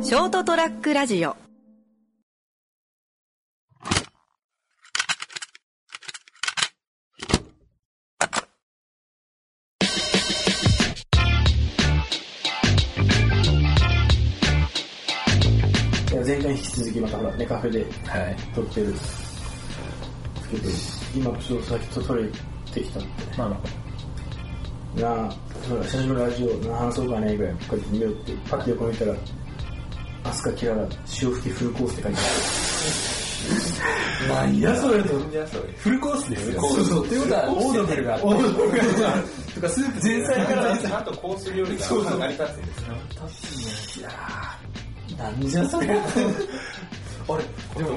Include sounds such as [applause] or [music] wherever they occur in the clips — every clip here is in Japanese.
ショートトラックラジオ前回に引き続きまたほら、ネカフェではい。撮ってるんですけど、今ちょっとさっきと撮れてきたんまあまで、なあ、そうだ、久しぶりのラジオ、なあ、そうかねぐらい、こうやって見よって、パッて横見たら、アスカキララ、潮吹きフルコースって書いてあ。なんやそれと。じゃあそれ。フルコースですよ。そうそう。ということは、オードブルがあって、オードブルが。とか、スープ前菜から。あとコース料理が成り立つんですよ。ある。なんじゃそれ。あれでも、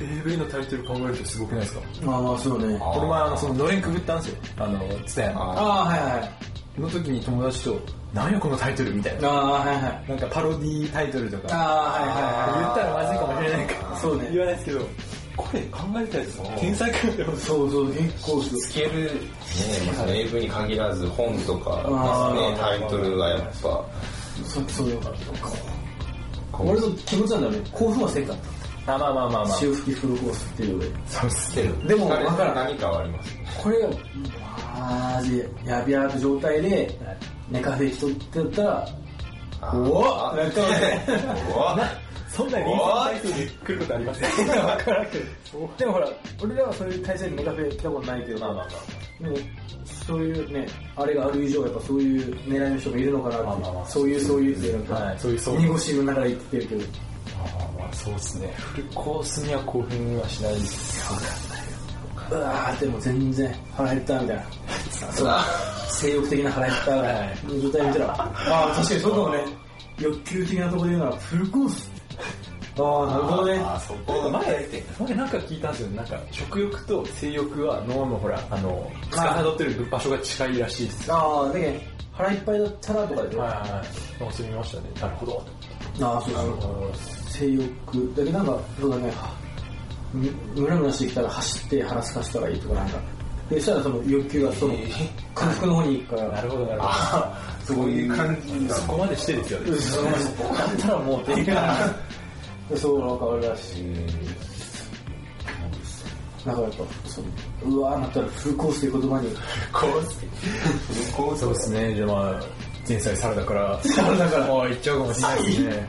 AV のタイトル考えるとすごくないですかまあまあ、そうね。この前、あの、その、のれんくぐったんですよ。あの、ツタヤの。ああ、はいはい。の時に友達と、なんやこのタイトルみたいあな。あ、はいはい。なんかパロディタイトルとあか。言あ、っはいたはいらまずいかもしれないから。そうね言わないですけど、これ考えたやつ、天才かよってはい。そうそう、結構すスケール、ねまあ、英文に限らず本とかあーですね、タイトルがやっぱ、そう、そうよ。こ俺う、の気持ちなんだよね。興奮はせんかっあ、まあまあまあまた。あ。潮吹きフルコースっていうので。そうっすけね。どでも惹かれわからたん何かはあります。これがマジやびやび状態で寝カフェ人って言ったらあうーわっなんかうわ [laughs] そんな臨場体験に来ることありません。 [laughs] わからんけど。でもほら俺らはそういう会社に寝カフェ来たことないけどまあまあまあ。でもそういうねあれがある以上やっぱそういう狙いの人がいるのかなって、まあまあまあそういうそういうっていうのはいそういうそういう濁しの中で言ってるけどああまあそうですね。フルコースには興奮はしないです。うわーでも全然腹減ったみたいなそう性欲的な腹減ったの状態見たらああ確かにそうかもね欲求的なところで言うならフルコースああなるほどねあそこ前、前なんか聞いたんですよね。なんか食欲と性欲は脳のほら、あの、司ってる場所が近いらしいです。ああ、だけど腹いっぱいだったらとかで、はいあはいはい。なんかそれ見ましたね。なるほど。あ、そうそう。性欲。だけどなんか、そうだね、むムラムラしてきたら走って腹すかしたらいいとかなんか。で、したらその欲求がそのえー空腹の方に行くかなら。るほど、なるほど。あそういう感じなんだそこまでしてですよね。 [laughs] だったらもうっていうか。 [laughs] そう、なんかあれらしい。なんかやっぱ、そう、うわーなったらフルコースという言葉に、コースそうですね。じゃあまあ、前菜サラダから、サラダからもう行っちゃうかもしれないですね。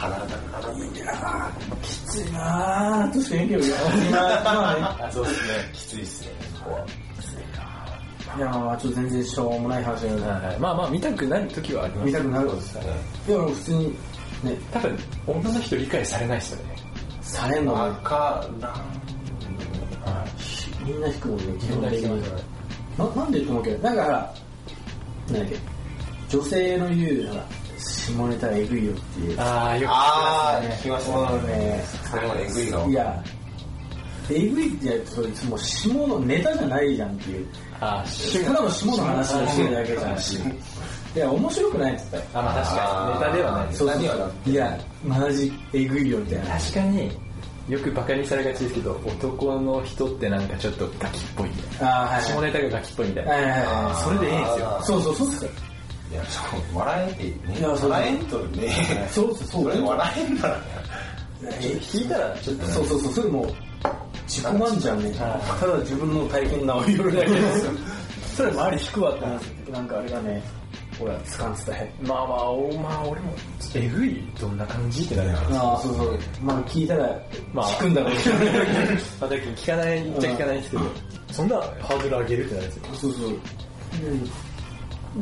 サラダならいいなきついなー、確かにいいけど、いやまあね。あそうですね。きついですね。いやー、ちょっと全然しょうもない話だよね。はいはいまあまあ、見たくなる時はあります見たくなるわそうですね。でも普通に、ね、多分、女の人理解されないですよね。されんのわねからん。みんな引くもんね、基本的みんな引くに。ななんでと思うけど、なんかほら、なんだっけ、女性の言う、ほら、下ネタえぐいよっていう。ああ、よくあー、聞聞ききましたもうね。ね、それもえぐいの。いや、えぐいってやると、それもう下のネタじゃないじゃんっていう。ますね。ただの下の話をしてるだけじゃん。いや、面白くないって言っあー、あ、まあ確かに。ネタではないです。た何をなよ。いや、マジえぐいよみたいな。確かに、よくバカにされがちですけど、男の人ってなんかちょっとガキっぽいみたいな。ああ、はい。下ネタがガキっぽいみたいはいな。はいはい。それでええんすよ。あーそうそうそうっすよ。いや、そう、笑えてね。いやそう笑えんとね。そうそうそう。それ笑えんならね。聞いたら、ちょっと、そうそうそう、それもう自己満じゃんね。ただ自分の体験談を言うだけですよ。 [laughs] それ周り引くわってななんかあれがね、ほら、つかんつたへ。まあまあ、おまあ俺も、えぐいどんな感じってなるから。ああ、そうそう。まあ聞いたら、まあ聞くんだろうけどね。まあ、だけど聞かないっちゃ聞かないですけど、そんなハードル上げるってなるんですよ。そうそう。うん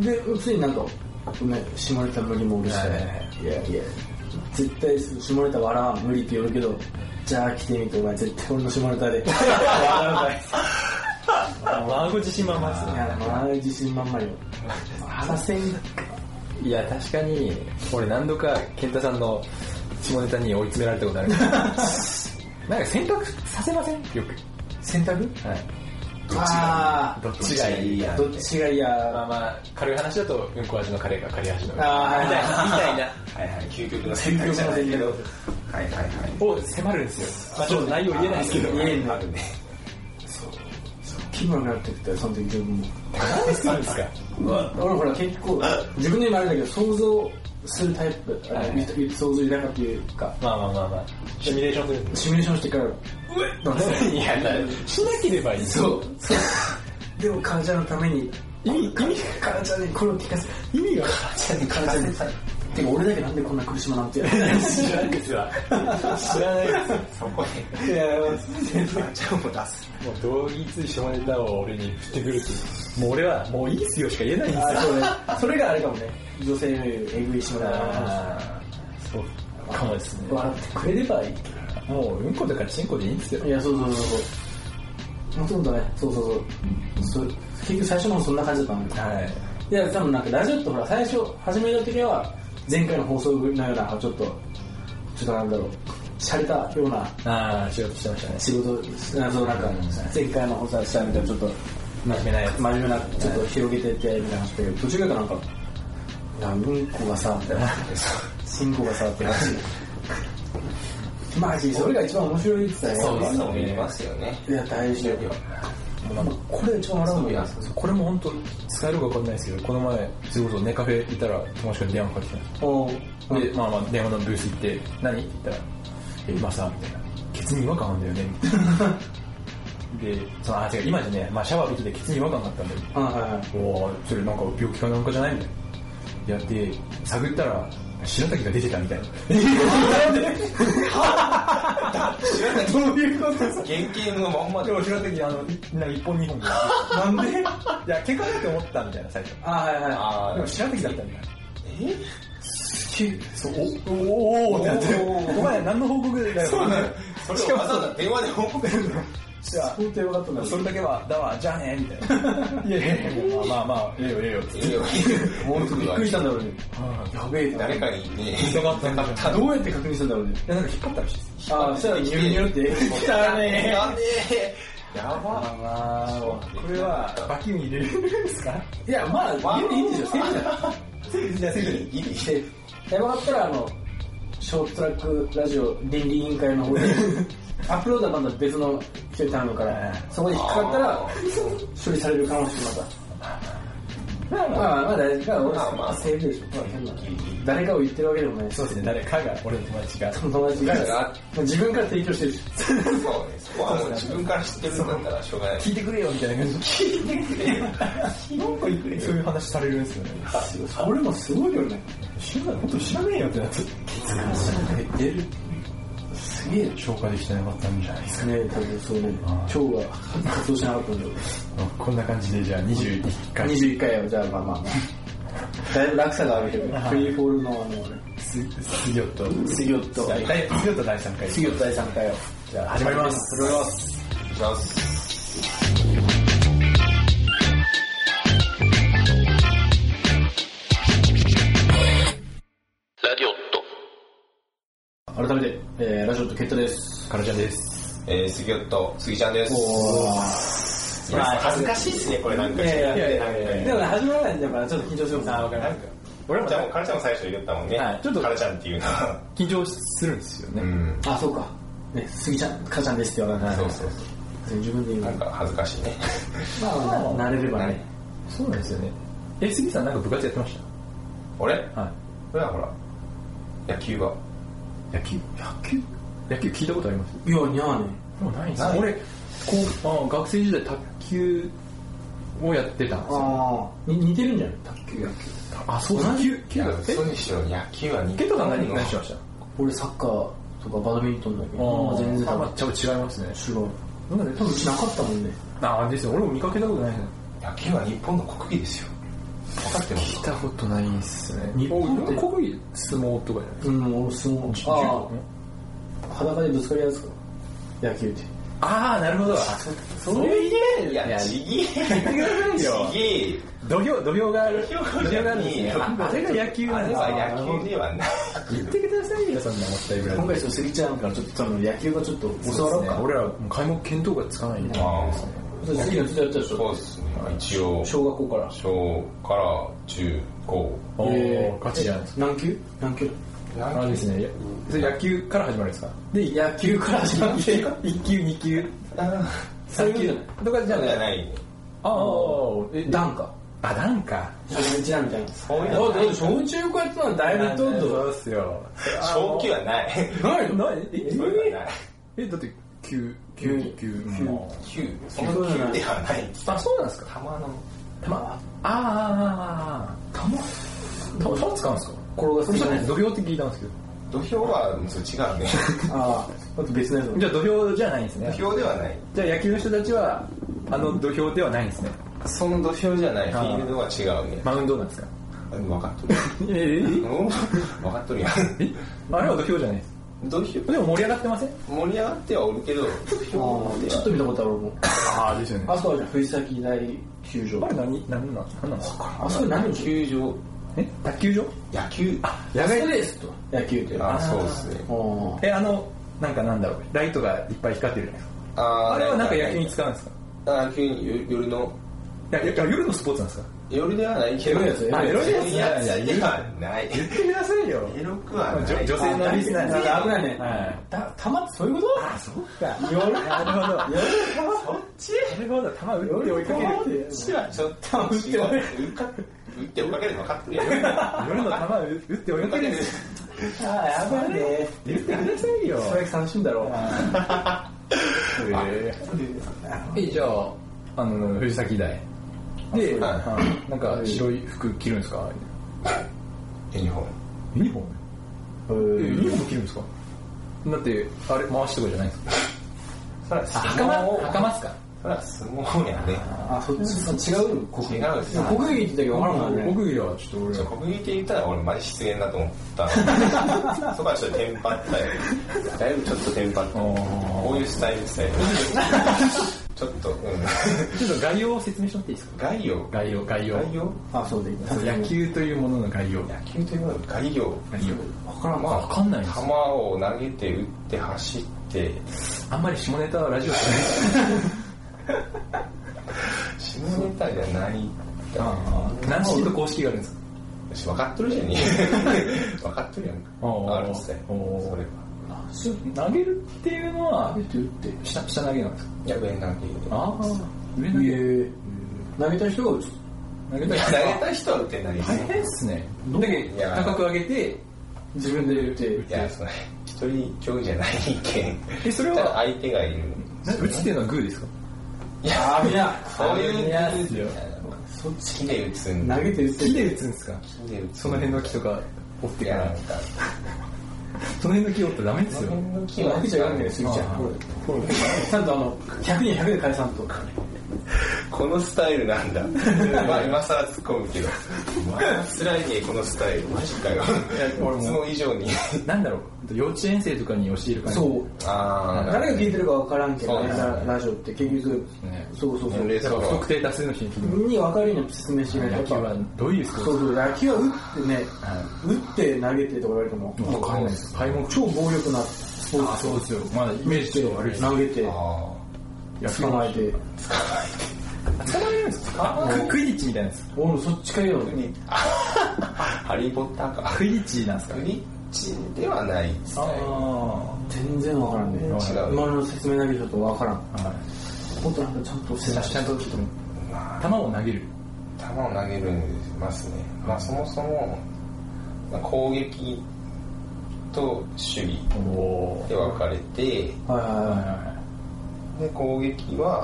で、普通になんか、ね、下ネタ無理もおるしはいはいね。いやいや、絶対下ネタ笑わん、無理って言うけど、じゃあ来てみて、お前絶対俺の下ネタで。笑うから。孫自信満々ですねい。や、まあ自信満々よ。話せんいや、確かに、俺何度か健太さんの下ネタに追い詰められたことあ [laughs] るけど、なんか選択させませんよく。選択はい。ああどっちがいいや。どっちがいまあやまあ、軽い話だと、うんこ味のカレーかカレー味の。みたいあーな、みたいはいはい、究極の選択じゃないけどはいはいはい。な、を迫るんですよ。まあちょっと内容言えないですけど。言えんのあるね。気分になってきたよその時 [laughs] 自分も何ですか俺ほら結構自分でもあれだけど想像するタイプ、あのはい言った言って想像いなかったというか、まあまあまあまあ。シミュレーションするんですシミュレーションして [laughs] から、うえっなんですよいや、だからしなければいい。そう。そうでも、母ちゃんのために、意味、意味、母ちゃんにこれを聞かせ、意味が。母ちゃんに母ちゃんに。てか、俺だけなんでこんな苦しむなんて。いや、知らないですわ。知らないです。そこで母ちゃんも出すもう同義つい下ネタを俺に振ってくるって。もう俺は、もういいっすよしか言えないんですあよ。そうね。それがあれかもね。女性の言うえぐい島だな。あーそうかもですね。笑ってくれればいいけもううんことかチンコでいいんですよど。い。や、そうそうそうそう。もともとね、そうそうそう。そう結局最初の方そんな感じだったんだけはい。ど。いや、多分なんかラジオってほら、最初始めた時は、前回の放送のような、ちょっと、ちょっとなんだろう、洒落たようなああ、仕事してましたね。仕事、あそうなんか、前回の放送したみたいな、ちょっと、真面目なやつ。真面目な、ちょっと広げてってみたいな話だけど、途中からなんか、いや、うんこがさ、みたいな。チンコがさ、って話。マジ、それが一番面白いって言ってたそうよ。いうのもいますよねいや、大事だよ。これ一番笑うのが、これも本当使えるか分かんないですけどこの前それこそネカフェ行ったら友達から電話かかってきたんですおーよでまあまあ電話のブース行って「何?」って言ったらえ「今さ」みたいな「ケツに違和感あるんだよね」みたいなでそのあ違う今じゃねえ、まあ、シャワー浴びててケツに違和感があったんだよあはいはい。おおそれなんか病気かなんかじゃないみたいなやって探ったら白滝が出てたみたいなどういうことですか原型のまんまででも白滝あのなんか一本二本でなんでいや結果だって思ったみたいな最初あはいはい。ああでも白滝だったんだよえそう、おおおーってなって、お前何の報告だよ。そうそしかれをもわざわざ電話で報告するのじゃあ本当よかったんだ。それだけは、だわ、じゃあね、みたいな。いやいやいや、まあまあまあ、ええよええよって。いや本当びっくりしたんだろうね。やべえな。誰かにね痛かったんだよ。どうやって確認したんだろうね。いや、なんか引っ張ったらしいです。ああ、そしたらニュルニュルって。来た [laughs] ねたねやばあこれは、バキに入れるんですかいや、まあ、いいんですよ、セーフだから。じゃあ、セーギリして、やばかったら、あの、ショートトラックラジオ倫理委員会の方で、アップロードはまだ別の人に頼むから、そこで引っかかったあら、処理される可能性もまた。まあまあ、まあ大丈夫。まあ、俺、ままあ、あセーフでしょ。まあ変な誰かを言ってるわけでもない。そうですね、誰かが、俺の友達が。友達誰がが。自分から提供してるし。そうねそこはもう自分から知ってるんだったらしょうがない聞いてくれよ、みたいな感じで。聞いてくれよ。なんかいくれそういう話されるんですよね。それもすごいよね。知らない、本当知らねえよってなって。出る。すげえ。ね消化できてなかったんじゃないですか。え、多分そうね。腸が活動しなかったんだろう。こんな感じで、じゃあ21回。 21回はじゃあまあまあまあだいぶ落差があるけどフリーフォールのあのすすぎょっと。スギョッ第すぎょっと第3回。スギョッ第3回をじゃあ始まります。始まりますいきます改めて、えー、ラジオットケットですカラちゃんです。えー杉尾と杉ちゃんですいや恥ずかしいですねこれなんいかやいやいやいやいやいやでもね始まらないんだからちょっと緊張するもんねなんか、俺もじゃあもうカルちゃんも最初言ったもんね、はいちょちょっっととカルちゃんっていうのは緊張するんですようね。んあそうかねスギちゃんカちゃんですって言わないそうそう自分で言うそうのなんか恥ずかしいねまあまあ慣れればねそうなんですよね。え、杉さんなんか部活やってまし俺たは。俺はほら野球はい野球野球野球聞いたことありますいやにゃーねもうないんすよ俺、こう、あ学生時代卓球をやってたんですよ。ああ似てるんじゃない卓球野球あ、そう卓球い球やだえ嘘にしろ野球はケ2ントさん何何してましたあ俺サッカーとかバドミントンだけどーまあ全然あ多ま分あちょっと違いますね。違うなんで多分うちなかったもんねあ、ですよ。俺も見かけたことないな。野球は日本の国技ですよ分かってます聞いたことないんすね。日本って国技相撲とかじゃないうん俺相撲ああ裸でぶつかり合うやつか野球ってああ、なるほど。そいや、ちぎえてくださいよちぎえよ土俵、土俵がある。土俵があるんですね。ああれが野球あなんれですねは野球ではない。言ってくださいよ、そんなもったいぶら今ず。回そう杉ちゃんからちょっと多分野球がちょっと教わろうか俺ら、もう開幕見当がつかないんで。あそう杉ちゃんずっとやってたでしそうょですね。一応、小学校から小から中高。おえーー、ガチじゃないですか。何級何級あれですね、やそれ野球から始まるんですかで野球から始まって一級、二級、 3級じゃないとかじゃじゃない。ない。ああ、え、段かあ、なんか。初日なみたいな。そういうのだって、小中よくやってたのだいぶ言ってこそうっすよ。正気はない。とないのないえそれはない。え、だって、9、9、9、もう。九その九ではない。あ、そうなんですかたまの。たま、ああああああたま、たま、たま使うんですか転がすそじゃれない土俵って聞いたんですけど。土俵は、そう違うね。ああ、だって別のやつじゃあ土俵じゃないんです土ね。俵ではない。じゃあ野球の人たちは、あの土俵ではないんですね。その土俵じゃない。フあーィールドは違うね。マウンドなんですかうん分かっとる。えうん [laughs] 分かっとるやん。えあれは土俵じゃないです。土俵でも盛り上がってません盛り上がってはおるけど、土俵でちょっはと見たことある俺も。ああ、ですよねあそこはじゃあ藤崎大球場あ。れ何、何なん何なんですかあそこ何球球場、え卓球場野球。野あそこですと。野球って。あ、そうですね。おーえ、あの、なんかなんだろう、ライトがいっぱい光ってるじゃないですか。ああれはなんか野球に使うんですかう。あ野球に夜夜の、いや、いや夜のスポーツなんですか夜ではないけ夜ど、のやつあ夜のやつ夜のやつではない。言ってくださいよエロくはない。女女性のリスナーなんか危ないねはい。た、たまってそういうことあ、そうか。夜なるほど。そっちなるほど、弾打って追いかける。けるそっちはちょっと打って追い打か打って追いかけるの分かってるやん。夜の弾打って追いかける。あー、やばいね。言ってくださいよ。それ楽しいんだろう。えー、じゃあ、あの、藤崎大。で、うはいなんか白い服着るんですかユニフォーム。ユニフォームうえユんニフォーム着るんですかだって、あれ、回しとかじゃないんですかそら相袴袴っすかそら相撲やね。あ、そっち、そっち違う国違技。うっすね国技って言ったけど分からんからね。僕よりはちょっと俺は国技って言ったら俺マジ失言だと思った。そこはちょっとテンパったよ。だいぶちょっとテンパった。あーこういうスタイルスタイル。ちょっと、うん。ちょっと概要を説明してもらっていいですか概要。概要、概要。概要あ、そうでいい。野球というものの概要。野球というのは概要。概要。分からんまわ。あ、わかんないです球を投げて、打って、走って、あんまり下ネタはラジオじゃない下ネタじゃない。何シート公式があるんですか私分かっとるじゃん。分かっとるやん。あーあるっすね。あーそれは。投げるっていうのは投げ、て打って。下、下投げなんですかやべえ、投げ。ああ、上投いげ。え投げた人が打つ。投げいたや人投げた人は打ってないです大変ね。っすね。だけいや高く上げて、自分で打って。いや、それ、一人競技じゃないけん。えそれはただ相手がいる。な打つっていうのはグーですかいあや、ー、いや、そういういやっすよそっち。木で打つんだ投げて打って。木で打つんですか木で打つ。その辺の木とか折っていかや、ならん。か、その辺の木折ったらダメでそすのよ。辺の木今はわけじゃないんだよ、杉ちゃん。ほらちゃんとあの、100人100で返さんと。このスタイルなんだ。まあ、今更突っ込むけど。辛いね、このスタイル。マジかよ。俺もいつも以上に。なんだろう、幼稚園生とかに教える感じ。そう。あー誰が聞いてるか分からんけどね、そうだねラジオって結局ね、そうそうそ年齢う。だから不特定多数の人に聞くに分かるように説明しない野球と。はどういうスポーそうツそう、野球は打ってね、打って投げてとか言われても、わかんないです。開幕超暴力なスポーあ、ツ。そうですよ。まだイメージちょっと悪いです。投げて、あ野球捕まえて。捕まえるんですかククイディッチみたいなやつ。俺もそっちかよ。あ。ハリー・ポッターか。クイディッチなんですかグリッチではないスタイル。あ全然分からんね。違う今の説明だけじゃちょっと分からん。あ。はもっとなんかちゃんとい。ちゃんちゃんと、ちょっと、球を投げる。球を投げるんますね、まあ、そもそもまあ攻撃と守備おおで分かれてはいはいはいは。はいい。で攻撃は、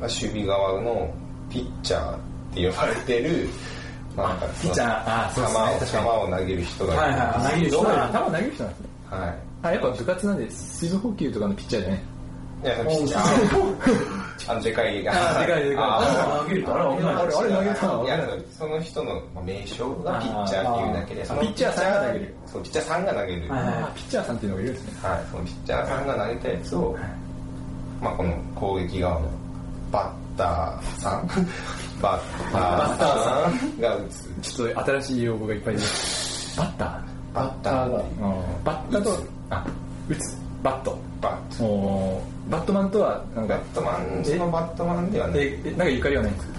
まあ、守備側のピッチャーって呼ばれてる、まあなんかそピッのチャー、あー、そうです球ね。確かを球を投げる人がいるはいはい、投げるに。人がいるあ球投げる人なんですね。はあ、やっぱ部活なんで、水分補給とかのピッチャーじゃない。いいやそのピッチャーあのでかいあでかいでかいあ投げるとあれは危ないあれあれ投げたのいやその人のまあ名称がピッチャーっていうだけであーそのピッチャーさんが投げるそうピッチャーさんが投げる、はいはいあピッチャーさんっていうのがいるんですね。はい、そのピッチャーさんが投げたやつを、まあ、この攻撃側のバッターさん [laughs] バッターさんが打つちょっと新しい用語がいっぱいです。バッターバッターがバッタと、あ、打つ。バット。バッおーバットマンとは、なんバかッ、トマンそのバットマンではねえ、えなんかゆかりはないんですか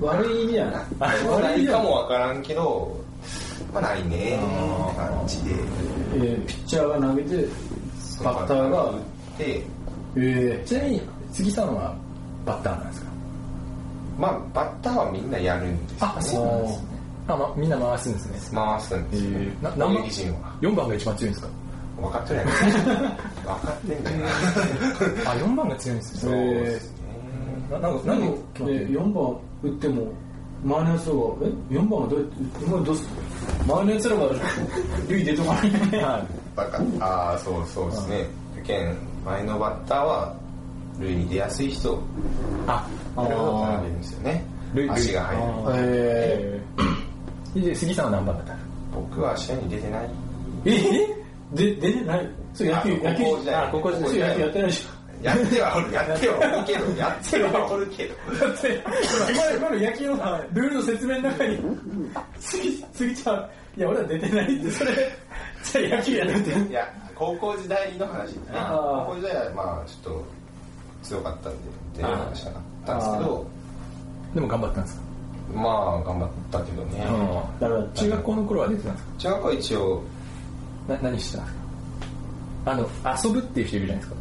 悪い意味やな。ないかもわからんけどまあないねって感じでえーピッチャーが投げて、そのバッターが打、ってえちなみに、杉さんはバッターなんですかー、まあ、バッターはみんなやるんですよねあ、そうなんですね。あ、ま、みんな回すんですね。回すんですよ、えな攻何番撃陣は ?4 番が一番強いんですか分かって [laughs] ない分かってんだよな [laughs] あ、4番が強いんですそうね。ですねななんか、何何を、ね、4番打っても周りのやつらが「え4番はどうやってお前どうす周りのやつらが塁出てこないねはバカああそうそうですねだけん前のバッターは塁に出やすい人をい。あ、並べるんですよね塁塁足が入るあえーで、杉さんは何番だったの僕は試合に出てないー、えで出てないそれ野球あ野球高校時代あ高校時代それ野球やってないでしやってはおるやってはおるけどやってはおるけどょだ [laughs] って今今の野球のルールの説明の中に次次ちゃんいや俺は出てないってそれじゃあ野球やるっていや高校時代の話ですねあー高校時代はまあちょっと強かったんで出る話なかったんですけどでも頑張ったんですかまあ頑張ったけどね、だから中学校の頃は出てたんですか中学校は一応な何してたんですかあの、遊ぶっていう人いるじゃないですか。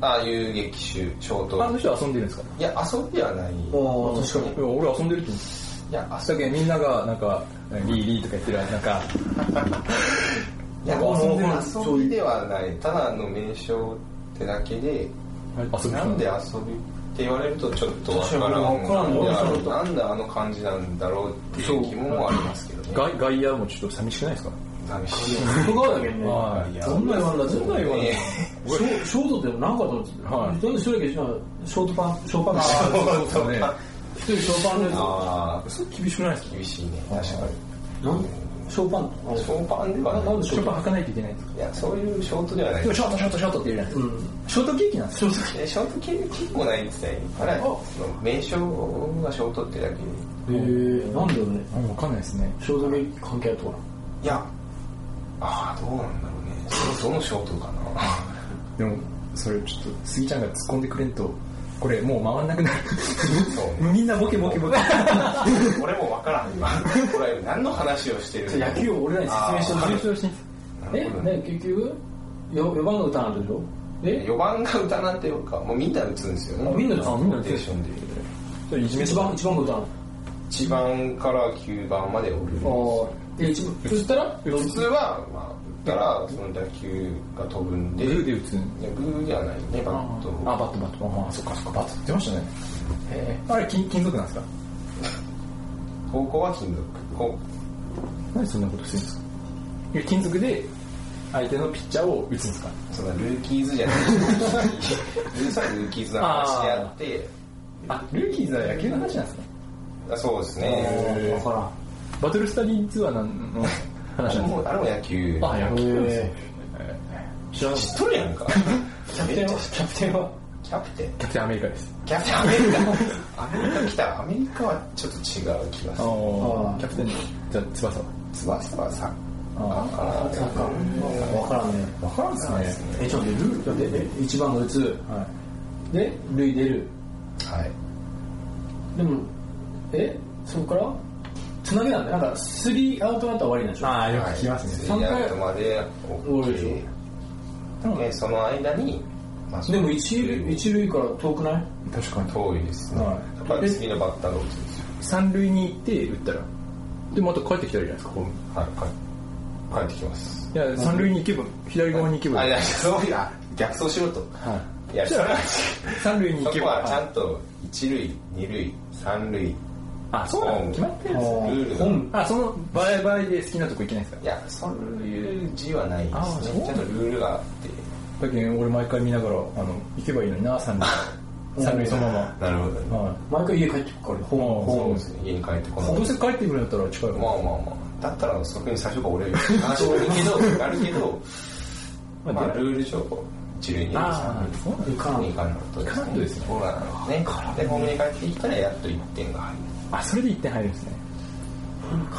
ああ遊撃手ショーあのト人は遊んでるんですかいや遊びはないおー確かにいや俺遊んでるって言うんですいやだけどみんながなんかリーリーとか言ってるなんかいやあ遊んであそう遊びではないただの名称ってだけで遊びなんで遊びって言われるとちょっとわから確かんにわからんいよやなんであの感じなんだろうっていう疑問もありますけどね外外野もちょっと寂しくないですか寂 [laughs] しい外側だけにねはいどんな言わんだってどんな言わんだねショショートでもなんかと思ってたはいなんで一人だけしなショートパンショーパンそうですよね一人ショーパンのやああつそれ厳しくないですか厳しいね確かなんショーパンあにショーパンではなななんでいショショーーパパンン履かないといけないんですかいやそういうショートではないショートショートショートって言うじゃないですうか、んショートケーキなんですショートえショート系結構ないですねからその名称がショートってだけでへえなんだよねか分かんないですねショートメイク関係あるとかいやああどうなんだろうねどのショートかなでもそれちょっと杉ちゃんが突っ込んでくれんとこれもう回んなくなるそうねみんなボケボケボケ俺もわからん今これ何の話をしてるな野球を俺らに説明してほしいえね結局よ4番が打たなあかんでしょえ4番が歌なんていうかもうみんな打つんですよねあみんな打つローテーションでそれいじめ一とか番一番が打たな1番から9番までおるああで一番打ったら普通は、まあ、打ったらその打球が飛ぶんでグーで打ついやグーじゃないねバットあバットバットああそっかそっかバット出ましたねえあれ金金属なんですかー高校は金属こなんでそんなことするんですかいや金属で相手のピッチャーを打つんですかうそんなルーキーズじゃないルースはルーキーズの話であってあルーキーズは野球の話なんですねあそうですあねーわからんバトルスタディ2は何のあ話れなんですもあれも野球かあ野球なんですねへ知らなかっ知っとるやんか [laughs] キャプテンはキャプテンはキャプテンたキャプテンアメリカですキャプテンアメリカアメリカ来たアメリカはちょっと違う気がすあるーキャプテンじゃあ翼は翼はさああなんかわからんね分からんそうですねえちょっと待ってルールで一番が打つはで塁出るはいでもえそこからつなげなんだよなんかスリーアウトになったら終わりなんでしょああよく聞きますねスリーアウト三まで終わるでし OK でその間に、まあでも一そう塁一塁から遠くない確かに遠いですね、はいだから次のバッターが打つんですよ三塁に行って打ったらでまた帰ってきたらいいじゃないですかこはい帰ってきますういや三塁に行けば左側に行けばあいいいやそういや逆走しろとはいいやそしたら三塁にそ行けこばはちゃんと一塁二塁三塁ルあそうなの決まってるんですねールが本あそのバイバイで好きなとこ行けないんですかいやそういう字はないであすそうねちゃんとルールがあってだけど俺毎回見ながらあの行けばいいのにな三 [laughs] 塁三塁そのまなるほどねまはい毎回家帰ってくからホームそうホでーすね家に帰ってこないどうせ帰ってくるんだったら近いまもあまあまあだったらそこに最初から俺よ話もあるけどあるけどまあまあルール上一塁二塁三そうなんだム行か塁んに行かんと行かんとですねほらねでホームに帰ってきたらやっと一点が入るあそれで1点入るんですね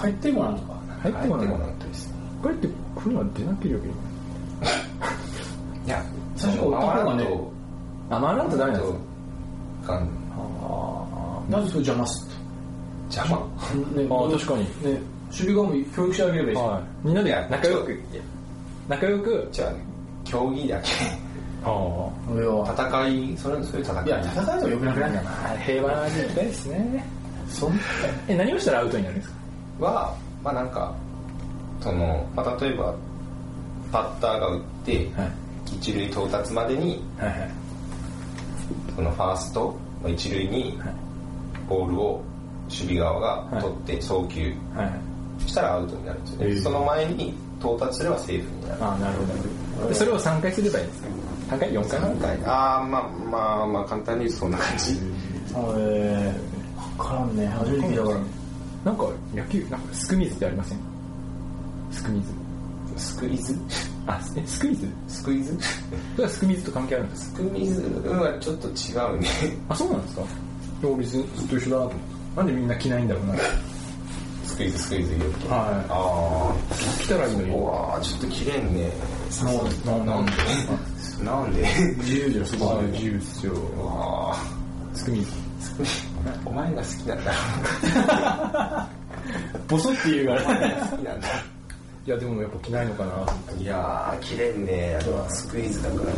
帰ってこないのか入ってこない帰ってこないとですね帰ってくるのは出なければいいのにいや最初から男がねあ回らんとダメなんですとかかんなぜそれ邪魔す邪魔とねあ確かにね守備側も教育してあげればいいしはいみんなで仲良くいや仲良くじゃあね競技 [laughs] だけああ俺は戦いそれそういう戦いいや戦うと良くなくないんだな平和な時代ですねそんえ、何をしたらアウトになるんですかは、まあなんか、その、まあ例えば、バッターが打って、はい。一塁到達までに、はいはい。そのファーストの一塁に、ボールを守備側が取って送球はいはい。したらアウトになるんですよね。ええその前に到達すればセーフになる。ああ、なるほどなるほど。でそれを3回すればいいんですか ?3 回 ?4 回何回ああ、まあまあまあ簡単に言うとそんな感じ。えー、わからんね。初めて聞いたから。なんか野球、なんかスクイズってありませんスクイズ。スクイズあ、え、スクイズスクイズそれはスクイズと関係あるんですかスクイズはちょっと違うね。あ、そうなんですかいや、別にずっと一緒だなと思って。なんでみんな着ないんだろうな。スクイズスクイズ言うと。はああ。い。着たらいいのに。うわーちょっと切れんねななんでなんで自由じゃん、そこは自由ですよ。うわースクミズ。お前が好きなんだボソって言うから。好きなんだいや、でもやっぱ着ないのかなと思って。いやー切れんねあれはスクイズだから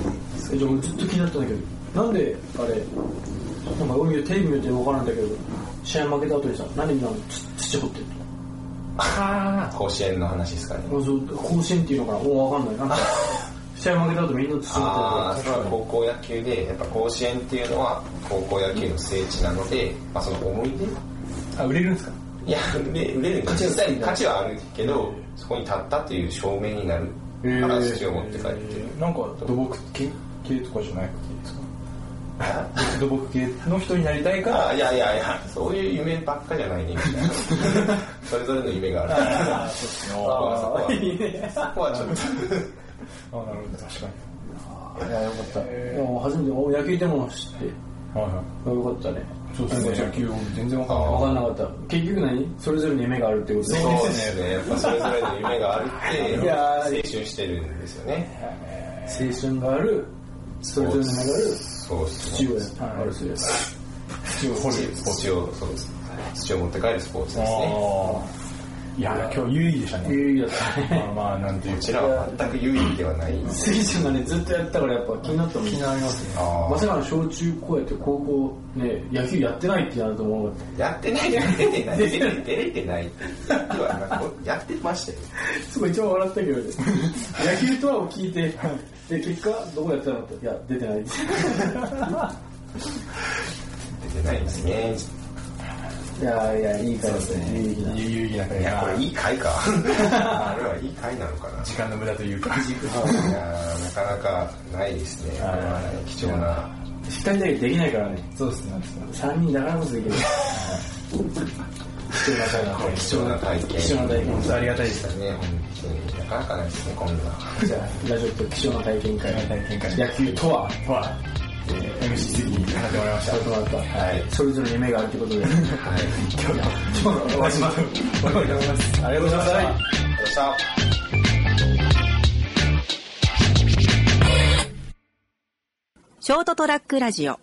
えじゃあもうずっと気になったんだけど、なんで、あれ、なんか俺見てテレビ見て分からんだけど、試合負けた後にさ、なんでみんなつ土掘ってるあ甲子園の話ですかねのもうそう甲子園っていうのかなもう分かんない。なんか、 [laughs] 試合負けた後みんな土掘あっあてそれは高校野球でやっぱ甲子園っていうのは高校野球の聖地なので、まあ、その思い出あ。あ、売れるんですかいや売れ売れる勝ち実際価値はあるけどそこに立ったっていう証明になるから土を持って帰ってるなんか土木系系とかじゃないですか土木系の人になりたいからあーいやいやいやそういう夢ばっかじゃないねみたいな [laughs] それぞれの夢があるからあ [laughs] そこはそこはちょっとあなるほど確かいや、よかった。いや、もう初めて、お野球でも知って、にはいはあよかったね。いそうですね野球全然わかんない分かんなかった。結局何それぞれに夢があるってことで。そうですねやっぱそれぞれの夢があるっていやー青春してるんですよね青春がある、それぞれの夢がある、そうです土ねをあるそうです。土を掘る土をそうです土を持って帰るスポーツですねああいや今日有意義でしたね有意義だったね。 [laughs] まあまあなんていうこちらは全く有意義ではないスイちゃんがね、ずっとやってたからやっぱ気になったもん。なりますねあまーさかの小中高やって高校ね、野球やってないってなると思うかっやってないじゃん出てない出てない出れてないやってはなんかやってましたよた。すごい一番笑ったけど、ね、 [laughs] 野球とはを聞いて、で、結果、どこやってたのって、いや、出てないって。出てないですねいやいや、いいからですね。有意義な有意義な感いじやこがれいい回かあれはいい回なのかな時間の無駄というかいやーなかなかないですね貴重な二人だけできないからね。そうですね三人だからこそできる。貴重な体験。貴貴重重な体験な体験。本当ありがたいですね本当になかなかないですねこんなじゃあ、じゃあちょっと貴重な体験会。体験会野球とは、 [laughs] は MC 席に行かせてもらいましちょっと待った。はいそれぞれの夢があるってことで。はいた今日の今日のお [laughs] 話まで終わりますありがとうございましたよっしゃショートトラックラジオ